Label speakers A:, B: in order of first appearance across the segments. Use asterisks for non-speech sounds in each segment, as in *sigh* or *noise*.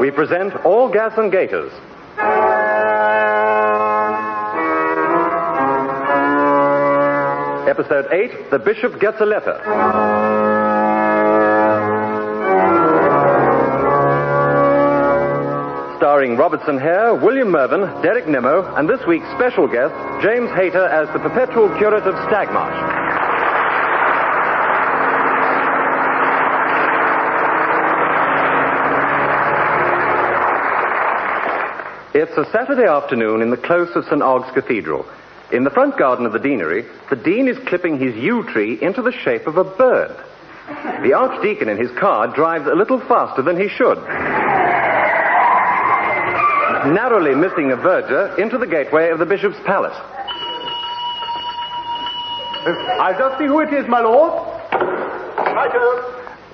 A: we present All Gas and Gators. Episode 8 The Bishop Gets a Letter. Starring Robertson Hare, William Mervyn, Derek Nimmo, and this week's special guest, James Hayter, as the perpetual curate of Stagmarsh. It's a Saturday afternoon in the close of St. Ogg's Cathedral. In the front garden of the deanery, the dean is clipping his yew tree into the shape of a bird. The archdeacon in his car drives a little faster than he should. Narrowly missing a verger into the gateway of the bishop's palace.
B: I'll just see who it is, my lord.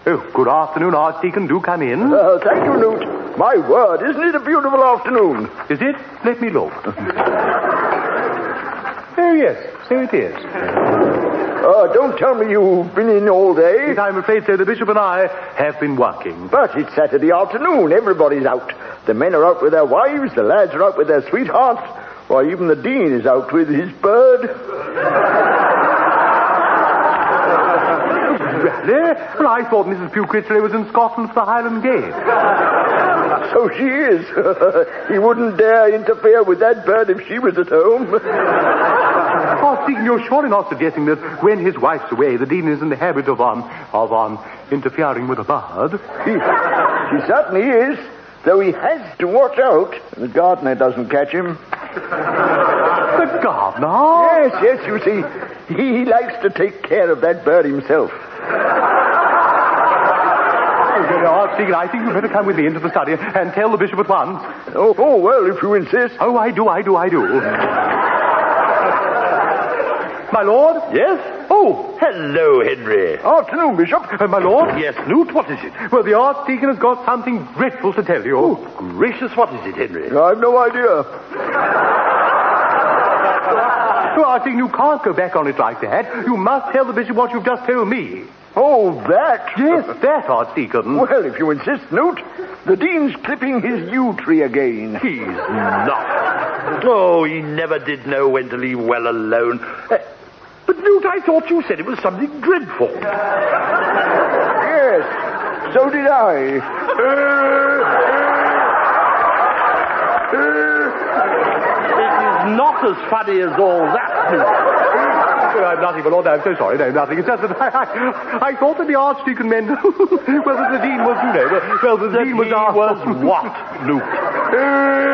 C: Oh, good afternoon, Archdeacon. Do come in.
D: Uh, thank you, Newt. My word, isn't it a beautiful afternoon?
C: Is it? Let me look. oh, yes. So it is.
D: Uh, don't tell me you've been in all day.
C: Yes, I'm afraid so. The bishop and I have been working.
D: But it's Saturday afternoon. Everybody's out. The men are out with their wives. The lads are out with their sweethearts. Why, even the dean is out with his bird.
C: Really? Well, I thought Mrs. Pukritchery was in Scotland for the Highland Games.
D: So Oh, she is. *laughs* he wouldn't dare interfere with that bird if she was at home.
C: oh, Deacon, you're surely not suggesting that when his wife's away, the dean is in the habit of, um, of, um, interfering with a bird.
D: He, he certainly is, though he has to watch out. The gardener doesn't catch him.
C: The gardener?
D: Yes, yes, you see, he, he likes to take care of that bird himself.
C: Archdeacon, I think you'd better come with me into the study and tell the bishop at once.
D: Oh, oh well, if you insist.
C: Oh, I do, I do, I do. my lord?
E: Yes?
C: Oh.
E: Hello, Henry.
C: Afternoon, Bishop. Uh, my lord?
E: Yes, Newt, what is it?
C: Well, the Archdeacon has got something dreadful to tell you.
E: Oh, gracious, what is it, Henry?
D: I've no idea.
C: Oh, Archdeacon, you can't go back on it like that. You must tell the bishop what you've just told me.
D: Oh, that?
C: *laughs* Yes, that, Archdeacon.
D: Well, if you insist, Newt, the dean's clipping his yew tree again. *laughs*
E: He's not. Oh, he never did know when to leave well alone. Uh, but, Newt, I thought you said it was something dreadful.
D: yes, so did I.
E: not as funny as all that.
C: oh, I'm nothing, my lord. I'm so sorry. No, nothing. It's just that *laughs* I, I, I thought that the Archdeacon meant, *laughs* well, that the Dean was, you know, well, the,
E: that
C: Dean was
E: he
C: asked.
E: was
C: *laughs*
E: what, Luke?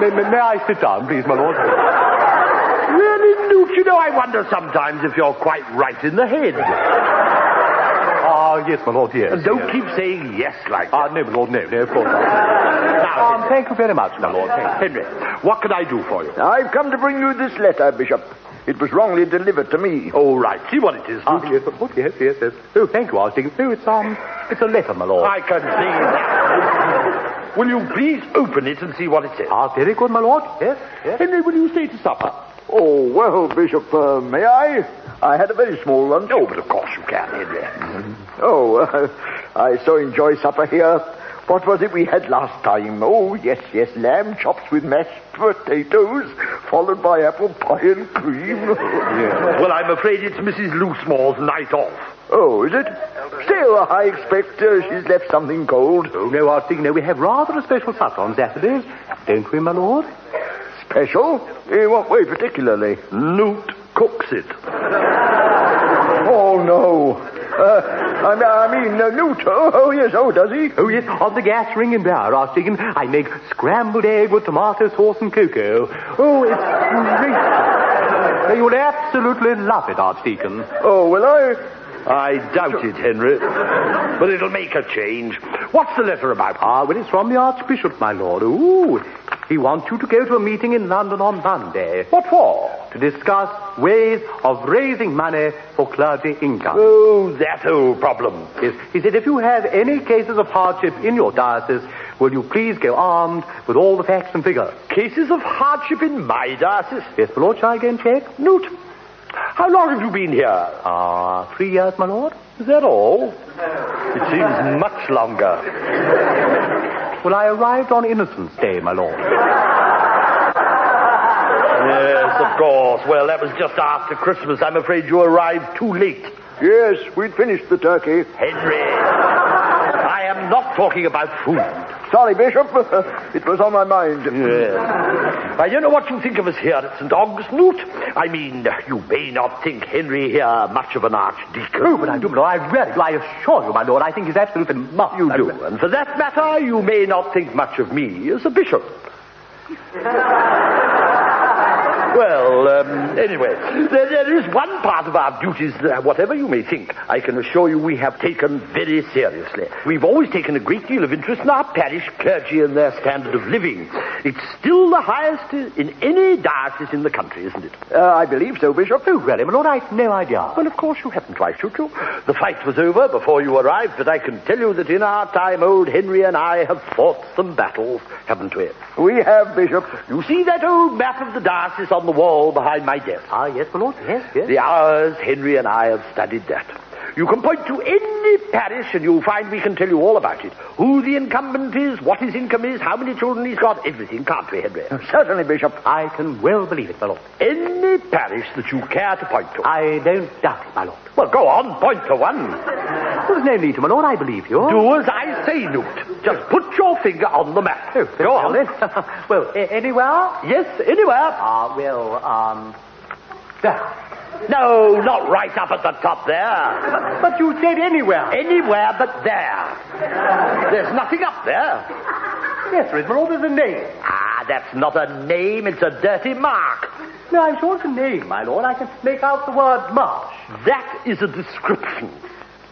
C: may, may, may I sit down, please, my lord?
E: Really, Luke, you know, I wonder sometimes if you're quite right in the head.
C: Ah, yes, my lord, yes.
E: And don't
C: yes.
E: keep saying yes like
C: Ah,
E: that.
C: no, my lord, no, no, of course not.
E: Ah,
C: Um, thank you very much, my lord. Thank
E: Henry, what can I do for you?
D: I've come to bring you this letter, Bishop. It was wrongly delivered to me.
E: All oh, right. See what it is.
C: Ah, yes, oh, yes, yes, yes. Oh, thank you, Archdeacon. Oh, it's um, it's a letter, my lord.
E: I can see that. will you please open it and see what it says?
C: Ah, very good, my lord. Yes, yes.
E: Henry, will you stay to supper?
D: Oh, well, Bishop, uh, may I? I had a very small lunch.
E: Oh, but of course you can, Henry. Mm-hmm.
D: Oh, uh, I so enjoy supper here. What was it we had last time? Oh, yes, yes, lamb chops with mashed potatoes, followed by apple pie and cream.
E: yeah. Well, I'm afraid it's Mrs. Loosemore's night off.
D: Oh, is it? Still, I expect uh, she's left something cold.
C: Oh, no, Archdeacon, no, we have rather a special supper on Saturdays, don't we, my lord?
D: Special? In what way particularly?
E: Loot cooks
C: *laughs*
E: it.
D: oh, no. Uh, I mean, uh, Newt. Oh, oh, yes. Oh, does he?
C: Oh, yes. On the gas ring and bar, Archdeacon, I make scrambled egg with tomato sauce and cocoa. Oh, it's great. You'll absolutely love it, Archdeacon.
D: Oh, will I?
E: I doubt it, Henry. But it'll make a change. What's the letter about?
C: Ah, well, it's from the Archbishop, my lord. Ooh, he wants you to go to a meeting in London on Monday.
E: What for?
C: To discuss ways of raising money for clergy income.
E: Oh, that old problem.
C: Yes, he said if you have any cases of hardship in your diocese, will you please go armed with all the facts and figures?
E: Cases of hardship in my diocese?
C: Yes, my lord, shall I go and check?
E: Newt, How long have you been here?
C: Ah, three years, my lord.
E: Is that all? It seems much longer.
C: Well, I arrived on Innocence Day, my lord.
E: Yes, of course. Well, that was just after Christmas. I'm afraid you arrived too late.
D: Yes, we'd finished the turkey.
E: Henry, I am not talking about food.
D: Sorry, Bishop. *laughs* It was on my mind.
E: Yes. I don't know what you think of us here at St. Augustinoot. I mean, you may not think Henry here much of an archdeacon.
C: Oh, but I do, my lord. I really do. I assure you, my lord. I think he's absolutely marvelous.
E: You
C: I
E: do.
C: really-
E: And for that matter, you may not think much of me as a bishop. well, um, anyway, there, there is one part of our duties that, whatever you may think, I can assure you we have taken very seriously. We've always taken a great deal of interest in our parish clergy and their standard of living. It's still the highest in any diocese in the country, isn't it?
D: Uh, I believe so, Bishop.
C: Oh, really, my lord. I had no idea.
E: Well, of course you haven't. Why should you? The fight was over before you arrived, but I can tell you that in our time, old Henry and I have fought some battles, haven't we?
D: We have, Bishop.
E: You see that old map of the diocese on the wall behind my desk?
C: Ah, yes, my lord. Yes, yes.
E: The hours Henry and I have studied that. You can point to any parish and you'll find we can tell you all about it. Who the incumbent is, what his income is, how many children he's got, everything, can't we, Henry?
D: Certainly, Bishop.
C: I can well believe it, my lord.
E: Any parish that you care to point to.
C: I don't doubt it, my lord.
E: Well, go on, point to one.
C: There's no need to, my lord. I believe you. Oh,
E: Do as I say, Newt. Just put your finger on the map. Go
C: Well,
E: on.
C: then. *laughs* well, a- anywhere?
E: Yes, anywhere.
C: Ah, well, um, there.
E: No, not right up at the top there.
C: But you said anywhere.
E: Anywhere but there. There's nothing up there.
C: Yes, there is, my lord. There's a name.
E: Ah, that's not a name, it's a dirty mark.
C: No, I'm sure it's a name, my lord. I can make out the word marsh.
E: That is a description.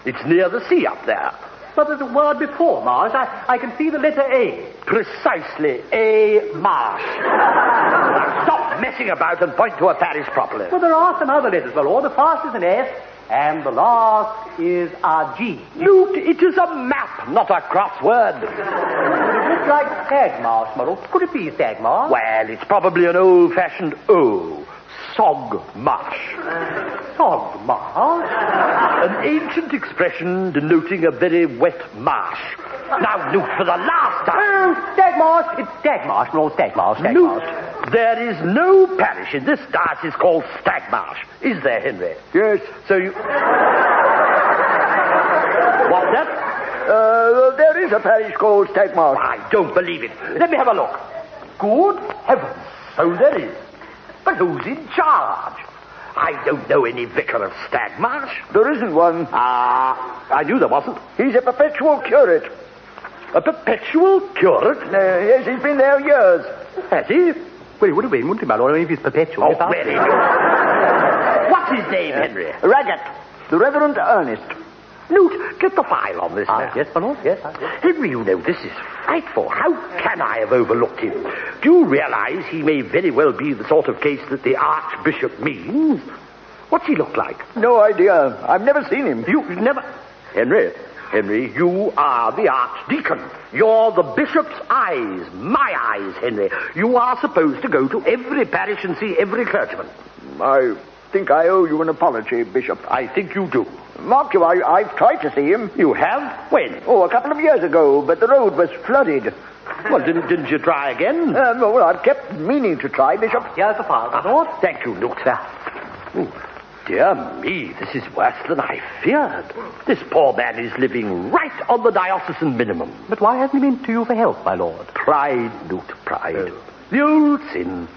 E: It's near the sea up there.
C: But there's a word before marsh. I, I can see the letter A.
E: Precisely, a marsh. Now stop messing about and point to a parish properly.
C: Well, there are some other letters, my lord. The first is an S, and the last is a G.
E: Newt, it is a map, not a crossword.
C: It looks like Sagmarsh, my lord. Could it be Sagmarsh?
E: Well, it's probably an old-fashioned O. Sog marsh.
C: Sogmarsh?
E: An ancient expression denoting a very wet marsh. Now, Newt, for the last time.
C: Oh, Stagmarsh. It's Stagmarsh, my lord. Stagmarsh, Stagmarsh.
E: Newt, there is no parish in this diocese called Stagmarsh, is there, Henry?
D: Yes.
E: So you... What's that?
D: Uh, there is a parish called Stagmarsh.
E: Oh, I don't believe it. Let me have a look. Good heavens. So there is. But who's in charge? I don't know any vicar of Stagmarsh.
D: There isn't one.
E: Ah, I knew there wasn't.
D: He's a perpetual curate.
E: A perpetual curate?
D: Uh, yes, he's been there years.
E: Has he?
C: Well, it would have been, wouldn't it, my lord, if it's perpetual.
E: Oh,
C: If I-
E: very good. What's his name, Henry?
D: Raggett. The Reverend Ernest.
E: Uh, Newt, get the file on this
C: Ah,
E: now.
C: yes, my lord, yes. I-
E: Henry, you know, this is frightful. How can I have overlooked him? Do you realize he may very well be the sort of case that the Archbishop means? What's he look like?
D: No idea. I've never seen him.
E: You never. Henry, Henry, you are the archdeacon. You're the bishop's eyes, my eyes, Henry. You are supposed to go to every parish and see every clergyman.
D: I think I owe you an apology, Bishop.
E: I think you do.
D: Mark you, I, I've tried to see him.
E: You have? When?
D: Oh, a couple of years ago, but the road was flooded.
E: Well, didn't, didn't you try again?
D: Uh, no, well, I've kept meaning to try, Bishop.
C: Here's the file, my lord.
E: Uh-huh. Thank you, Doctor. Dear me, this is worse than I feared. This poor man is living right on the diocesan minimum.
C: But why hasn't he been to you for help, my lord? Oh.
E: Pride, Newt, pride. The old sin.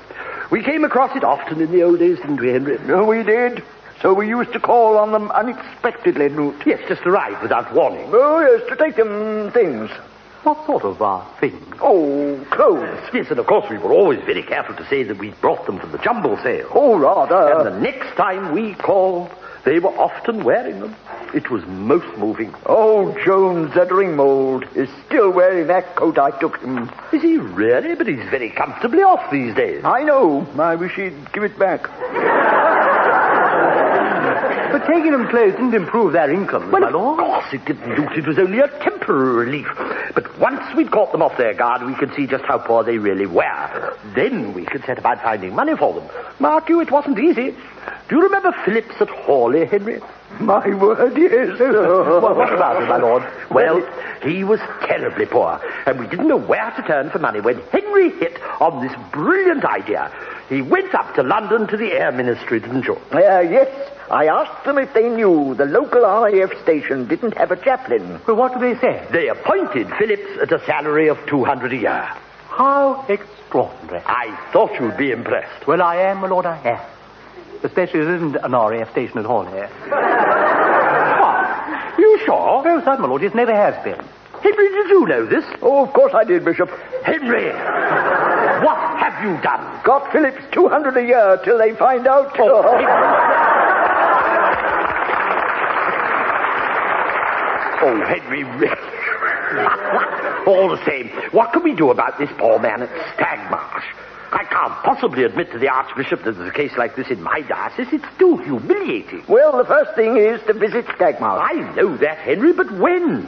E: We came across it often in the old days, didn't we, Henry?
D: No, we did. So we used to call on them unexpectedly, Newt.
E: Yes, just arrived without warning.
D: Oh, yes, to take them things.
C: What sort of uh, thing?
D: Oh, clothes.
E: Yes, and of course we were always very careful to say that we brought them for the jumble sale.
D: Oh, rather.
C: Uh.
E: And the next time we called, they were often wearing them. It was most moving.
D: Old Jones at Ringmold is still wearing that coat I took him.
E: Is he really? But he's very comfortably off these days.
D: I know. I wish he'd give it back.
C: But taking them clothes didn't improve their income,
E: Well,
C: my
E: of
C: lord.
E: course it didn't do. It was only a temporary relief. But once we'd caught them off their guard, we could see just how poor they really were. Then we could set about finding money for them. Mark you, it wasn't easy. Do you remember Phillips at Hawley, Henry?
D: My word, yes.
E: Well, *laughs* what about him, my lord? Well, he was terribly poor, and we didn't know where to turn for money when Henry hit on this brilliant idea. He went up to London to the Air Ministry, didn't you?
D: Uh, yes, I asked them if they knew the local RAF station didn't have a chaplain.
C: Well, what do they say?
E: They appointed Phillips at a salary of 200 a year.
C: How extraordinary.
E: I thought you'd be impressed.
C: Well, I am, my lord, I am. Especially as there isn't an RAF station at all here.
E: You sure?
C: Oh, son, my lord, it never has been.
E: Henry, did you know this?
D: Oh, of course I did, Bishop.
E: Henry, what have you done?
D: Got Phillips 200 a year till they find out.
E: Oh, Henry, really. *laughs* All the same, what can we do about this poor man at Stagmarsh? I can't possibly admit to the Archbishop that there's a case like this in my diocese. It's too humiliating.
D: Well, the first thing is to visit Stagmouth.
E: I know that, Henry, but when?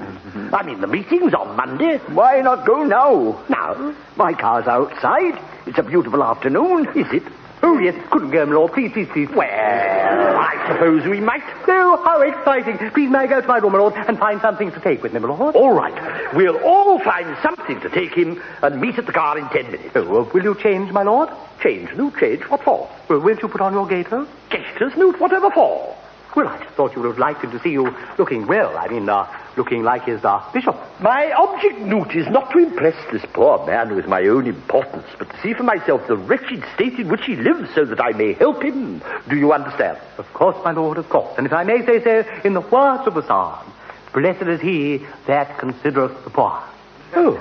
E: I mean, the meeting's on Monday.
D: Why not go now?
E: Now,
D: My car's outside. It's a beautiful afternoon.
E: is it?
C: Oh, yes, couldn't go, my lord. Please, please, please.
E: Well, I suppose we might.
C: Oh, how exciting. Please may I go to my room, my lord, and find something to take with me, my lord?
E: All right. We'll all find something to take him and meet at the car in ten minutes.
C: Oh, uh, will you change, my lord?
E: Change, new change, what for?
C: Well, won't you put on your gaiter?
E: Gaiters, Newt, whatever for?
C: Well, I just thought you would have liked him to see you looking well. I mean, uh, looking like his uh, bishop.
E: My object, Newt, is not to impress this poor man with my own importance, but to see for myself the wretched state in which he lives so that I may help him. Do you understand?
C: Of course, my lord, of course. And if I may say so, in the words of the psalm, blessed is he that considereth the poor.
E: Oh,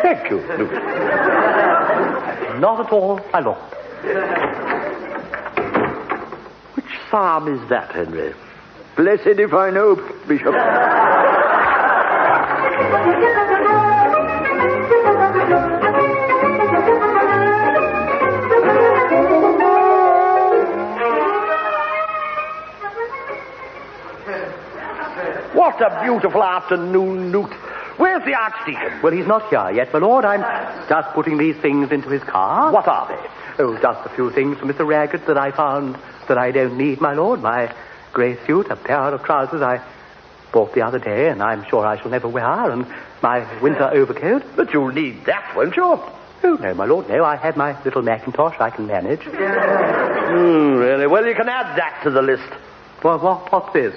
E: thank you, Newt.
C: Not at all, my lord.
E: Which psalm is that, Henry?
D: Blessed if I know, Bishop.
E: What a beautiful afternoon, Newt. Where's the Archdeacon?
C: Well, he's not here yet, my lord. I'm just putting these things into his car.
E: What are they?
C: Oh, just a few things for Mr. Raggett that I found that I don't need, my lord. My grey suit, a pair of trousers I bought the other day, and I'm sure I shall never wear, and my
B: *laughs*
C: winter overcoat.
E: But you'll need that, won't you?
C: Oh, no, my lord, no. I have my little Macintosh. I can manage.
E: Hmm, really? Well, you can add that to the list.
C: Well, what, what's this?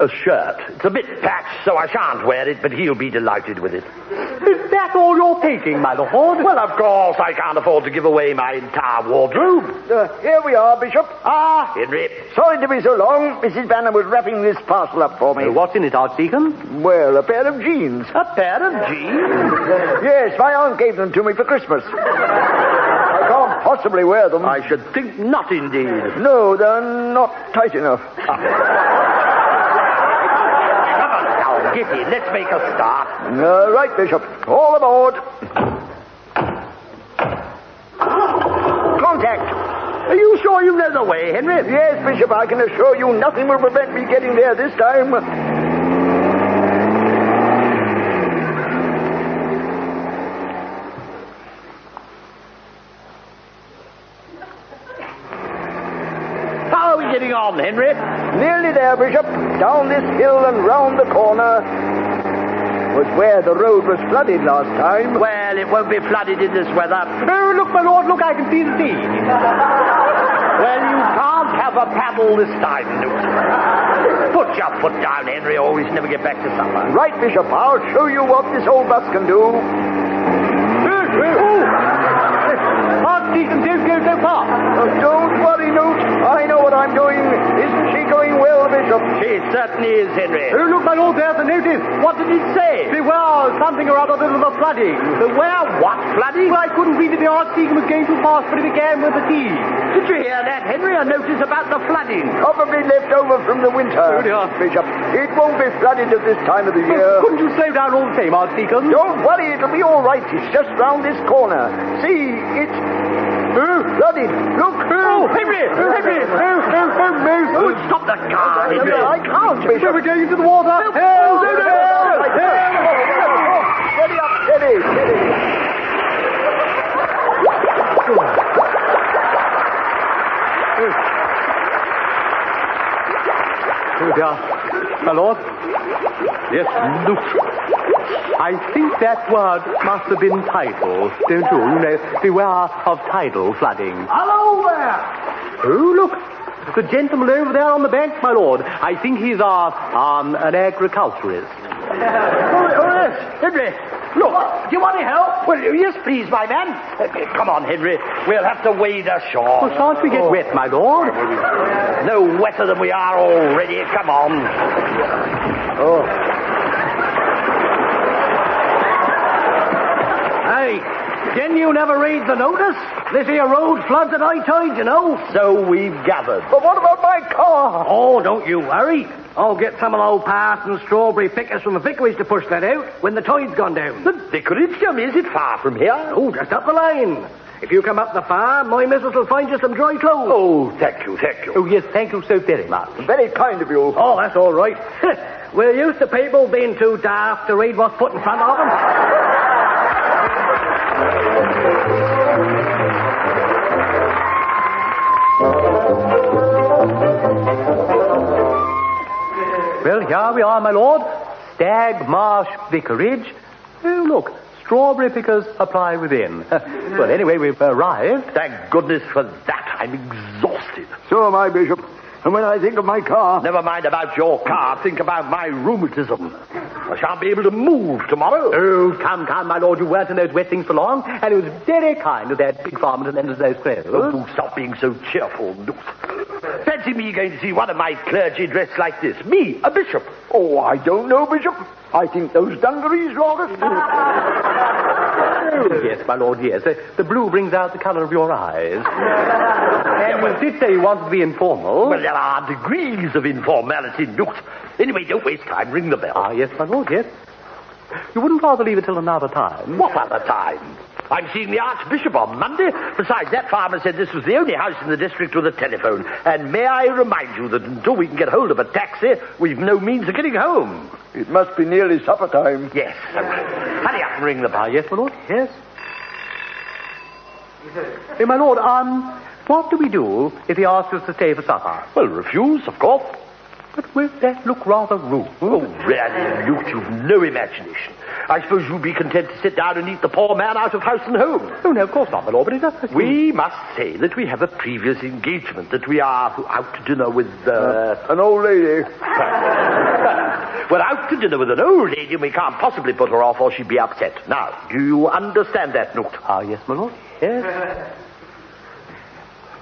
E: A shirt. It's a bit patched, so I shan't wear it, but he'll be delighted with it.
C: Is that all you're taking, my lord?
E: Well, of course, I can't afford to give away my entire wardrobe.
D: Uh, here we are, Bishop.
E: Ah, Henry.
D: Sorry to be so long. Mrs. Banner was wrapping this parcel up for me.
C: Uh, what's in it, Archdeacon?
D: Well, a pair of jeans.
E: A pair of jeans?
D: yes, my aunt gave them to me for Christmas. I can't possibly wear them.
E: I should think not, indeed.
D: No, they're not tight enough.
E: Come on now, Gitty, let's make a start.
D: Uh, right, Bishop. All aboard. Contact.
E: Are you sure you know the way, Henry?
D: Yes, Bishop, I can assure you nothing will prevent me getting there this time.
E: How are we getting on, Henry?
D: Nearly there, Bishop. Down this hill and round the corner was where the road was flooded last time.
E: Well, it won't be flooded in this weather.
C: Oh, look, my lord, look, I can see the sea.
E: Well, you can't have a paddle this time, Newt. Put your foot down, Henry, or we shall never get back to supper.
D: Right, Bishop, I'll show you what this old bus can
C: *laughs*
D: do.
C: Archdeacon, don't go so far.
D: Oh, don't worry, Newt. I know what I'm doing. Isn't she going well, Bishop?
E: She certainly is, Henry.
C: Oh, look, my lord, there's a notice.
E: What did it say?
C: Beware, something or other, there's a flooding.
E: Beware what flooding? *laughs*
C: Well, I couldn't read it. The Archdeacon was going too fast, but it began with a T.
E: Did you hear that, Henry? A notice about the flooding.
D: Probably left over from the winter.
C: Oh, dear.
D: Bishop, it won't be flooded at this time of the year.
C: Couldn't you slow down all the same, Archdeacon?
D: Don't worry, it'll be all right. It's just round this corner. See, it's uh, flooded. Look.
C: Oh, Henry! Oh, Henry! Oh, oh, oh, Moses!
E: Oh, stop the car, Henry.
D: I can't,
C: So
D: Bishop.
C: we're going into the water. Oh, no, no, no,
D: Right,
C: no.
D: there. Steady up, steady, steady.
C: Oh, dear. My lord,
E: Yes, look.
C: I think that word must have been tidal, don't you? You know, beware of tidal flooding.
B: Hello there!
C: Oh, look. The gentleman over there on the bank, my lord. I think he's a, um, an agriculturist.
E: Oh, oh, yes, Henry. Look. do you want any help? Well, yes, please, my man. Uh, Come on, Henry. We'll have to wade ashore. Oh.
C: Well, shan't we get wet, my lord?
E: No wetter than we are already. Come on.
B: Hey, didn't you never read the notice? This here road floods at high tide, you know.
E: So we've gathered.
D: But what about my car?
B: Oh, don't you worry. I'll get some of the old parson strawberry pickers from the vicarage to push that out when the tide's gone down.
E: The vicarage, Jim, is it far from here?
B: Oh, just up the lane. If you come up the farm, my missus will find you some dry clothes.
E: Oh, thank you, thank you.
C: Oh, yes, thank you so very much.
D: Very kind of you.
B: Oh, that's all right. *laughs* We're used to people being too daft to read what's put in front of them.
C: Well, here we are, my lord. Stag Marsh Vicarage. Oh, look, strawberry pickers apply within. *laughs* well, anyway, we've arrived.
E: Thank goodness for that. I'm exhausted.
D: So am I, Bishop. And when I think of my car,
E: Never mind about your car. Think about my rheumatism. I shan't be able to move tomorrow.
C: Oh, come, come, my lord, you weren't in those wet things for long, and it was very kind of that big farmer to lend us those clothes.
E: Oh, stop being so cheerful, Duke. Fancy me going to see one of my clergy dressed like this. Me, a bishop.
D: oh, I don't know, Bishop. I think those dungarees rather.
C: yes, my lord, yes. The, the blue brings out the colour of your
E: *laughs*
C: eyes. and you did say you wanted to be informal.
E: Well, there are degrees of informality, Duke. Anyway, don't waste time. Ring the bell.
C: ah, yes, my lord, yes. You wouldn't rather leave it till another time?
E: What other time? I'm seeing the Archbishop on Monday. Besides, that farmer said this was the only house in the district with a telephone. And may I remind you that until we can get hold of a taxi, we've no means of getting home.
D: It must be nearly supper time.
E: Yes. so Hurry up and ring the
C: Ah,
E: bell.
C: yes, my lord, yes. Eh, my lord, um, what do we do if he asks us to stay for supper?
E: Well, refuse, of course.
C: But won't that look rather rude?
E: Oh, really, Luke, you've no imagination. I suppose you'll be content to sit down and eat the poor man out of house and home.
C: Oh, no, of course not, my lord, but it does.
E: We must say that we have a previous engagement, that we are out to dinner with, uh,
D: An old lady.
E: *laughs* We're out to dinner with an old lady and we can't possibly put her off or she'd be upset. Now, do you understand that, Noot?
C: Ah, yes, my lord, yes.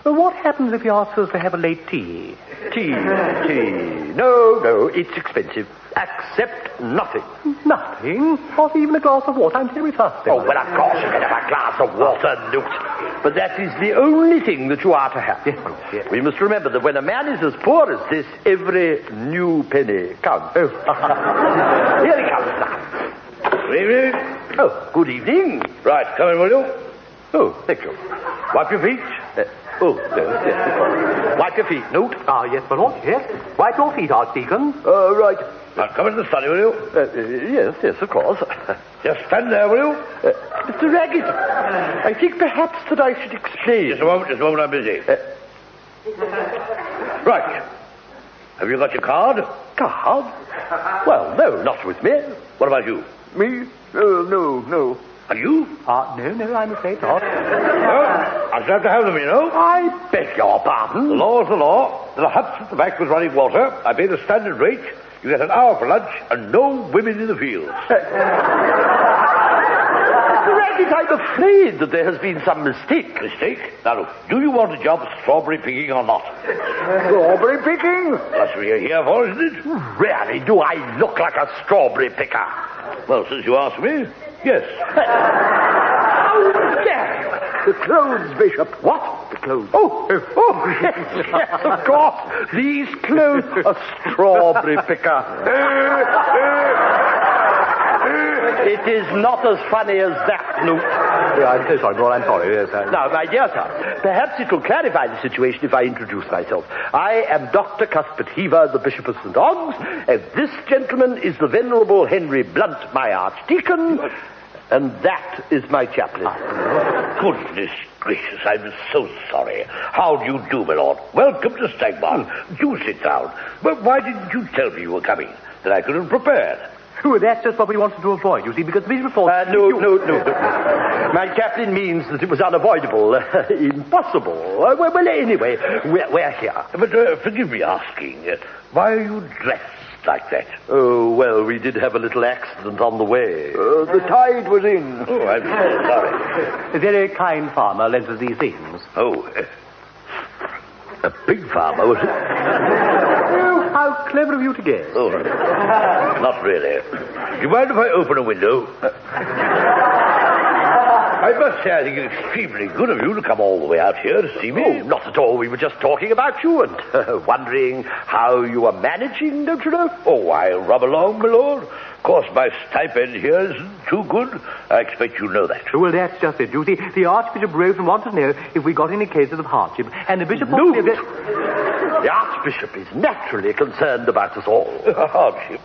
C: well, what happens if he asks us to have a late *laughs* tea?
E: Tea, tea. No, no, it's expensive. Accept nothing.
C: Nothing, not even a glass of water. I'm very thirsty.
E: Oh, well, of course you can have a glass of water, Noot. But that is the only thing that you are to have.
C: Yes, my lord, yes.
E: We must remember that when a man is as poor as this, every new penny counts. Oh. *laughs* Here he comes now.
F: Good evening.
E: Oh, good evening.
F: Right, come in, will you?
E: Oh, thank you.
F: Wipe your feet.
E: Uh, oh, no, yes. Wipe your feet, Noot.
C: Ah, yes, my lord, yes. Wipe your feet, Archdeacon.
D: Uh, right.
F: Now come into the study, will you?
E: Uh, yes, yes, of course.
F: *laughs* Just stand there, will you?
E: Uh, Mr. Raggett, I think perhaps that I should Uh, explain.
F: Just a moment, just a moment, I'm busy. right. Have you got your card?
E: Card? Well, no, not with me.
F: What about you?
D: Me? Uh, no, no.
F: And you?
C: Ah,
E: Uh,
C: no, no, I'm afraid
F: No.
C: not.
F: I shall have to have them, you know.
E: I beg your
F: The
E: pardon.
F: law's the law. There's a hut at the back with running water. I pay the standard rate. You get an hour for lunch and no women in the
E: *laughs*
F: fields.
E: Mr. Raggett, I'm afraid that there has been some mistake.
F: Mistake? Now look, do you want a job strawberry picking or not?
D: Strawberry picking? Uh,
F: That's what you're here for, isn't it?
E: Really, do I look like a strawberry picker?
F: Well, since you asked me,
D: *laughs*
F: yes.
E: How dare you?
D: The clothes, Bishop.
E: What? The clothes. Oh, oh, oh, yes, yes, of course. These clothes. A strawberry
D: *laughs*
E: picker. it is not as funny as that, Luke.
C: Oh, I'm so sorry, my lord, I'm sorry. Yes, I...
E: Now, my dear sir, perhaps it will clarify the situation if I introduce myself. I am Dr. Cuthbert Heaver, the Bishop of St. Ogg's, and this gentleman is the Venerable Henry Blunt, my Archdeacon, and that is my chaplain.
F: Goodness
E: Ah, gracious, I'm so sorry. How do you do, my lord? Welcome to Stagbarn. Do sit down. But why didn't you tell me you were coming? Then I could have prepared.
C: Well, that's just what we wanted to avoid, you see, because these reports.
G: Uh, no, no, no, no. My captain means that it was unavoidable, *laughs* impossible. Uh, well, well, anyway, we're, we're here.
E: But uh, forgive me asking, uh, why are you dressed like that?
G: Oh, well, we did have a little accident on the way.
H: Uh, the tide was in.
E: Oh, I'm so
G: *laughs*
E: sorry.
C: A very kind farmer lent us these things.
E: Oh, uh, a pig farmer was it?
C: Oh, how clever of you to guess.
E: Oh, not really. Do you mind if I open a window? I must say I think it's extremely good of you to come all the way out here to see me.
G: Oh, not at all. We were just talking about you and *laughs* uh, wondering how you were managing, don't you know?
E: Oh, I'll rub along, my lord. Of course, my stipend here isn't too good. I expect you know that.
C: Well, that's just it, you see. The Archbishop wrote and wanted to know if we got any cases of hardship, and the Bishop...
G: No. The Archbishop is naturally concerned about us all.
E: *laughs* Hardship.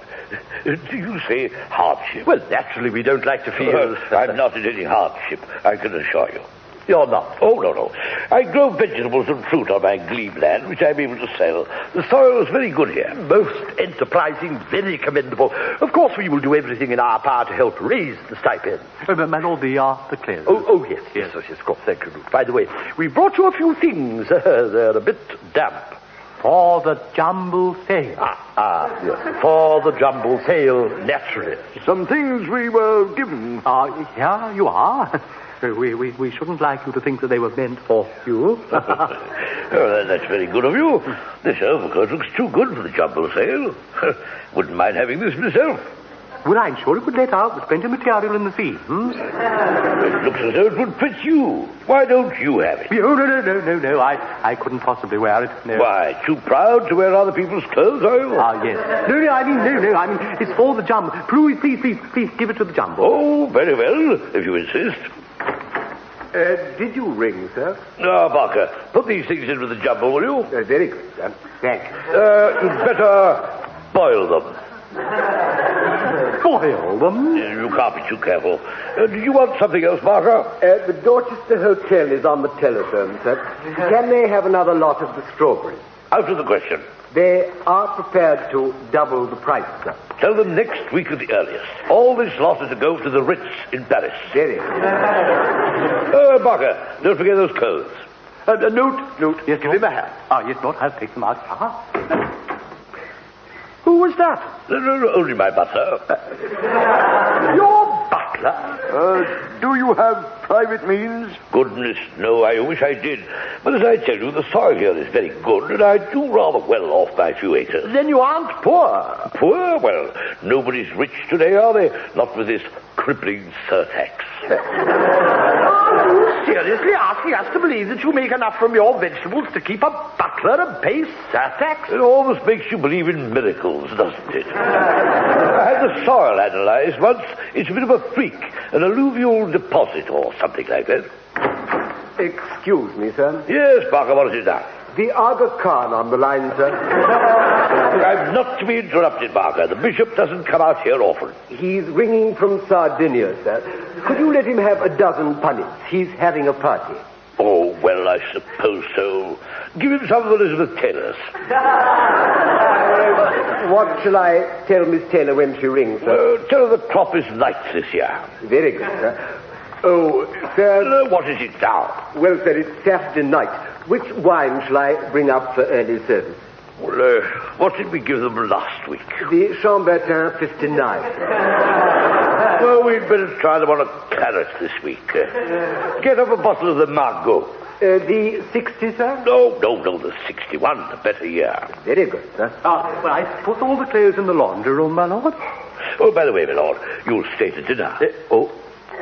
E: Do you say hardship?
G: Well, naturally, we don't like to feel.
E: Well, I'm not in any hardship, I can assure you.
G: You're not.
E: Oh, no, no. I grow vegetables and fruit on my glebe land, which I'm able to sell. The soil is very good here.
G: Most enterprising, very commendable. Of course, we will do everything in our power to help raise the stipend.
C: Oh, but my lord, the, uh, the clear.
G: Oh, oh yes, yes, yes, yes, of course. Thank you, Newt. By the way, we brought you a few things. *laughs* they're a bit damp.
C: For the jumble sale.
G: Ah, ah, yes. For the jumble sale, naturally.
H: Some things we were given.
C: Ah, here you are. *laughs* We, we, we shouldn't like you to think that they were meant for you.
E: *laughs* Oh, that's very good of you. This overcoat looks too good for the jumble sale. *laughs* Wouldn't mind having this myself.
C: well, I'm sure it would let out. There's plenty of material in the sea. Hmm? *laughs*
E: It looks as though it would fit you. Why don't you have it?
C: Oh, no, no, no, no, no. I, I couldn't possibly wear it. No.
E: Why, too proud to wear other people's clothes, are you?
C: Ah, yes. No, no, I mean, no, no. I mean, it's for the jumble. Please, please, please, please give it to the jumble.
E: Oh, very well, if you insist.
D: Uh, did you ring, sir?
E: Ah, Barker, put these things into the jumble, will you?
D: Uh, very good, sir. Thank you.
E: Uh, you'd better boil them.
C: Boil them.
E: You can't be too careful. Uh, do you want something else, Barker?
D: Uh, the Dorchester Hotel is on the telephone, sir. Can they have another lot of the strawberries?
E: Out of the question.
D: They are prepared to double the price, sir.
E: Tell them next week at the earliest. All this lot is to go to the Ritz in Paris.
D: Very good.
E: Uh, Barker, don't forget those clothes.
G: Uh, uh, Newt, Newt,
C: Yes,
G: give
C: Lord.
G: him a hat.
C: Ah, yes, Lord, I'll take them out. Ah. Who was that?
E: No, no, no, only my butler.
G: Your butler?
H: Uh, do you have private means?
E: Goodness, no, I wish I did. But as I tell you, the soil here is very good, and I do rather well off my few acres.
G: Then you aren't poor.
E: Poor? Well, nobody's rich today, are they? Not with this crippling surtax.
G: Are you Ah, seriously asking us to believe that you make enough from your vegetables to keep a butler and pay surtax?
E: It almost makes you believe in miracles, doesn't it? I had the soil analyzed once. It's a bit of a freak, an alluvial deposit or something like that.
D: Excuse me, sir.
E: Yes, Barker, what is it now?
D: The Aga Khan on the line, sir.
E: I'm not to be interrupted, Barker. The bishop doesn't come out here often.
D: He's ringing from Sardinia, sir. Could you let him have a dozen punnets? He's having a party.
E: Oh, well, I suppose so. Give him some of Elizabeth Taylor's.
D: What shall I tell Miss Taylor when she rings, sir?
E: Uh, tell her the crop is light this year.
D: Very good, sir. Oh, sir,
E: Uh, what is it now?
D: well, sir, it's Saturday night. Which wine shall I bring up for early service?
E: Well, uh, what did we give them last week?
D: The Chambertin 59. sir.
E: Well, we'd better try them on a carrot this week. Uh, get up a bottle of the Margot.
D: Uh, the 60, sir?
E: No, no, no, the 61, the better year.
D: Very good, sir.
C: Ah, well, I put all the clothes in the laundry room, my lord.
E: Oh, by the way, my lord, you'll stay to dinner.
G: Eh, oh.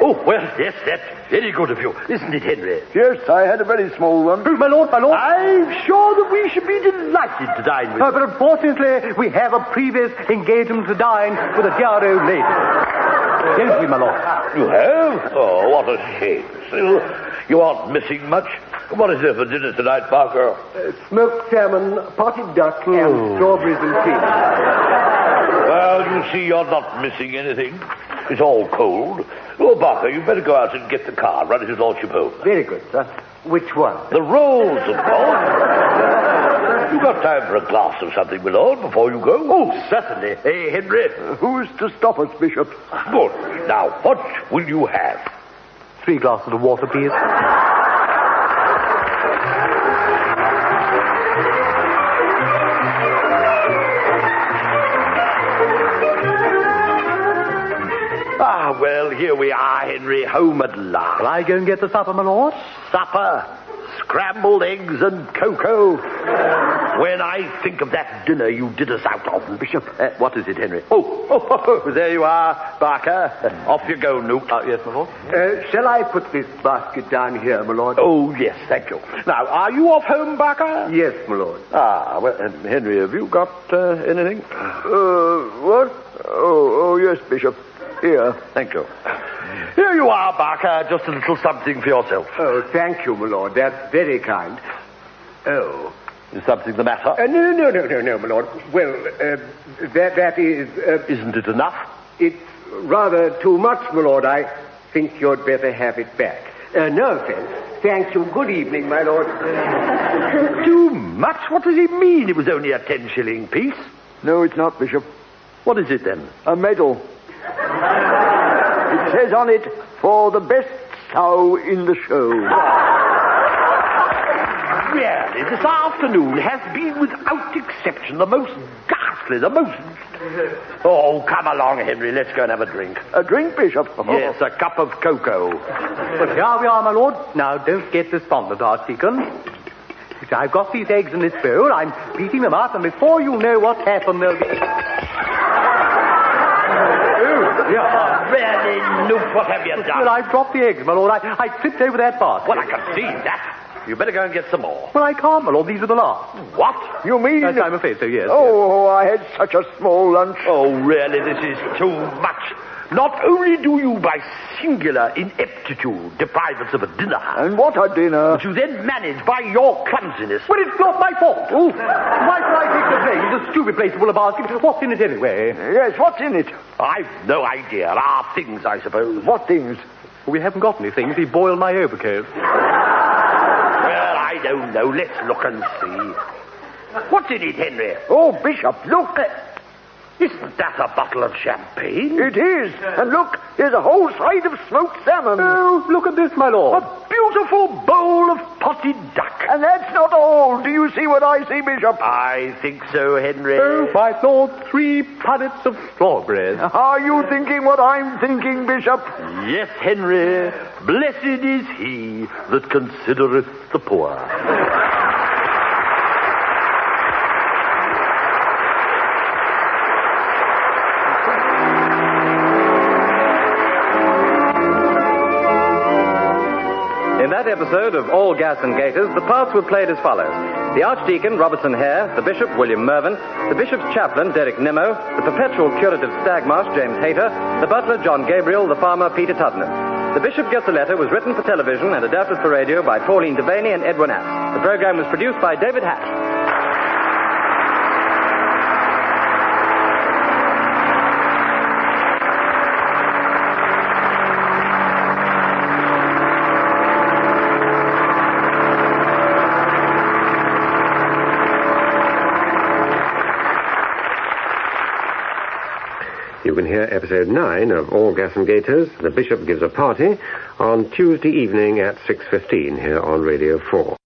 G: Oh, well, yes, that's very good of you, isn't it, Henry?
H: Yes, I had a very small one.
C: Oh, my lord, my lord.
G: I'm sure that we should be delighted to dine with
C: Uh, but unfortunately, we have a previous engagement to dine with a dear old lady. Don't we, my lord?
E: You have? Oh, what a shame. Still, you aren't missing much. What is there for dinner tonight, Barker?
D: Uh, smoked salmon, potted duck,
I: Oh.
D: and strawberries and cream.
E: Well, you see, you're not missing anything. Oh, It's all cold. Well, Barker, you'd better go out and get the car, run his lordship home.
D: Very good, sir.
I: Which one?
F: The rolls, of course. you got time for a glass of something, my lord, before you go?
E: Oh, certainly. Hey, Henry.
D: Who's to stop us, Bishop?
F: Good. Now, what will you have?
C: Three glasses of water, please.
E: Ah, well, here we are, Henry, home at last.
C: Will I go and get the supper, my lord?
E: Supper, scrambled eggs and cocoa. when I think of that dinner you did us out of, Bishop. Uh, what is it, Henry? Oh, oh, oh, there you are, Barker. Off you go, Nuke.
C: yes, my lord.
I: Uh, shall I put this basket down here, my lord?
E: Oh, yes, thank you. Now, are you off home, Barker?
I: Yes, my lord.
E: Ah, well, um, Henry, have you got uh, anything?
D: Uh, what? Oh, oh, yes, Bishop. Here.
C: Oh,
E: Thank you. Here you are, Barker. Just a little something for yourself.
I: Oh, thank you, my lord. That's very kind. Oh.
E: Is something the matter?
I: Uh, no, no, no, no, no, my lord. Well, uh, that, that is, uh,
E: Isn't it enough?
I: it's rather too much, my lord. I think you'd better have it back. Uh, no offense. Thank you. Good evening, my lord.
E: Too much? What does he mean? It was only a ten shilling piece.
D: *laughs* No, it's not, Bishop.
E: What is it then?
D: A medal. it says on it, for the best sow in the show.
E: Really, this afternoon has been without exception the most ghastly, the most. Oh, come along, Henry. Let's go and have a drink.
D: A drink, Bishop.
E: Yes, a cup of cocoa.
C: Well, here we are, my lord. Now, don't get despondent, Archdeacon. I've got these eggs in this bowl. I'm beating them up, and before you know what's happened, they'll be...
E: Ah, really, Noob, what have you done?
C: Oh, Well, I've dropped the eggs, my lord. I, I tripped over that basket.
E: Well, I can see that. You better go and get some more.
C: Well, I can't, my lord. These are the last.
E: What?
D: You mean?
C: Yes, I'm afraid so, yes.
D: Oh, I had such a small lunch.
E: Oh, really, this is too much. Not only do you, by singular ineptitude, deprive us of a dinner,
D: And what a dinner.
E: but you then manage by your clumsiness.
C: Well, it's not my fault. Oh, Why should I take the blame? It's a stupid place to pull a basket. What's in it anyway?
D: Yes, what's in it?
E: I've no idea. Our things, I suppose.
D: What things?
C: We haven't got anything. He boiled my overcoat.
E: Well, I don't know. Let's look and see. What's in it, Henry?
D: Oh, Bishop, look.
E: Isn't that a bottle of champagne?
D: It is. And look, here's a whole side of smoked salmon.
C: Oh, look at this, my lord.
E: A beautiful bowl of potted duck.
D: And that's not all. Do you see what I see, Bishop?
E: I think so, Henry.
C: Oh, my lord, three punnets of strawberries.
D: Are you thinking what I'm thinking, Bishop?
E: Yes, Henry. Blessed is he that considereth the poor.
A: In that episode of All Gas and Gators, the parts were played as follows. The Archdeacon, Robertson Hare, the Bishop, William Mervyn, the Bishop's Chaplain, Derek Nimmo, the Perpetual Curate of Stagmarsh, James Hayter, the Butler, John Gabriel, the Farmer, Peter Tudner. The Bishop Gets a Letter was written for television and adapted for radio by Pauline Devaney and Edwin App. The program was produced by David Hatch.
J: You can hear episode 9 of All Gas and Gators, The Bishop Gives a Party, on Tuesday evening at 6.15 here on Radio 4.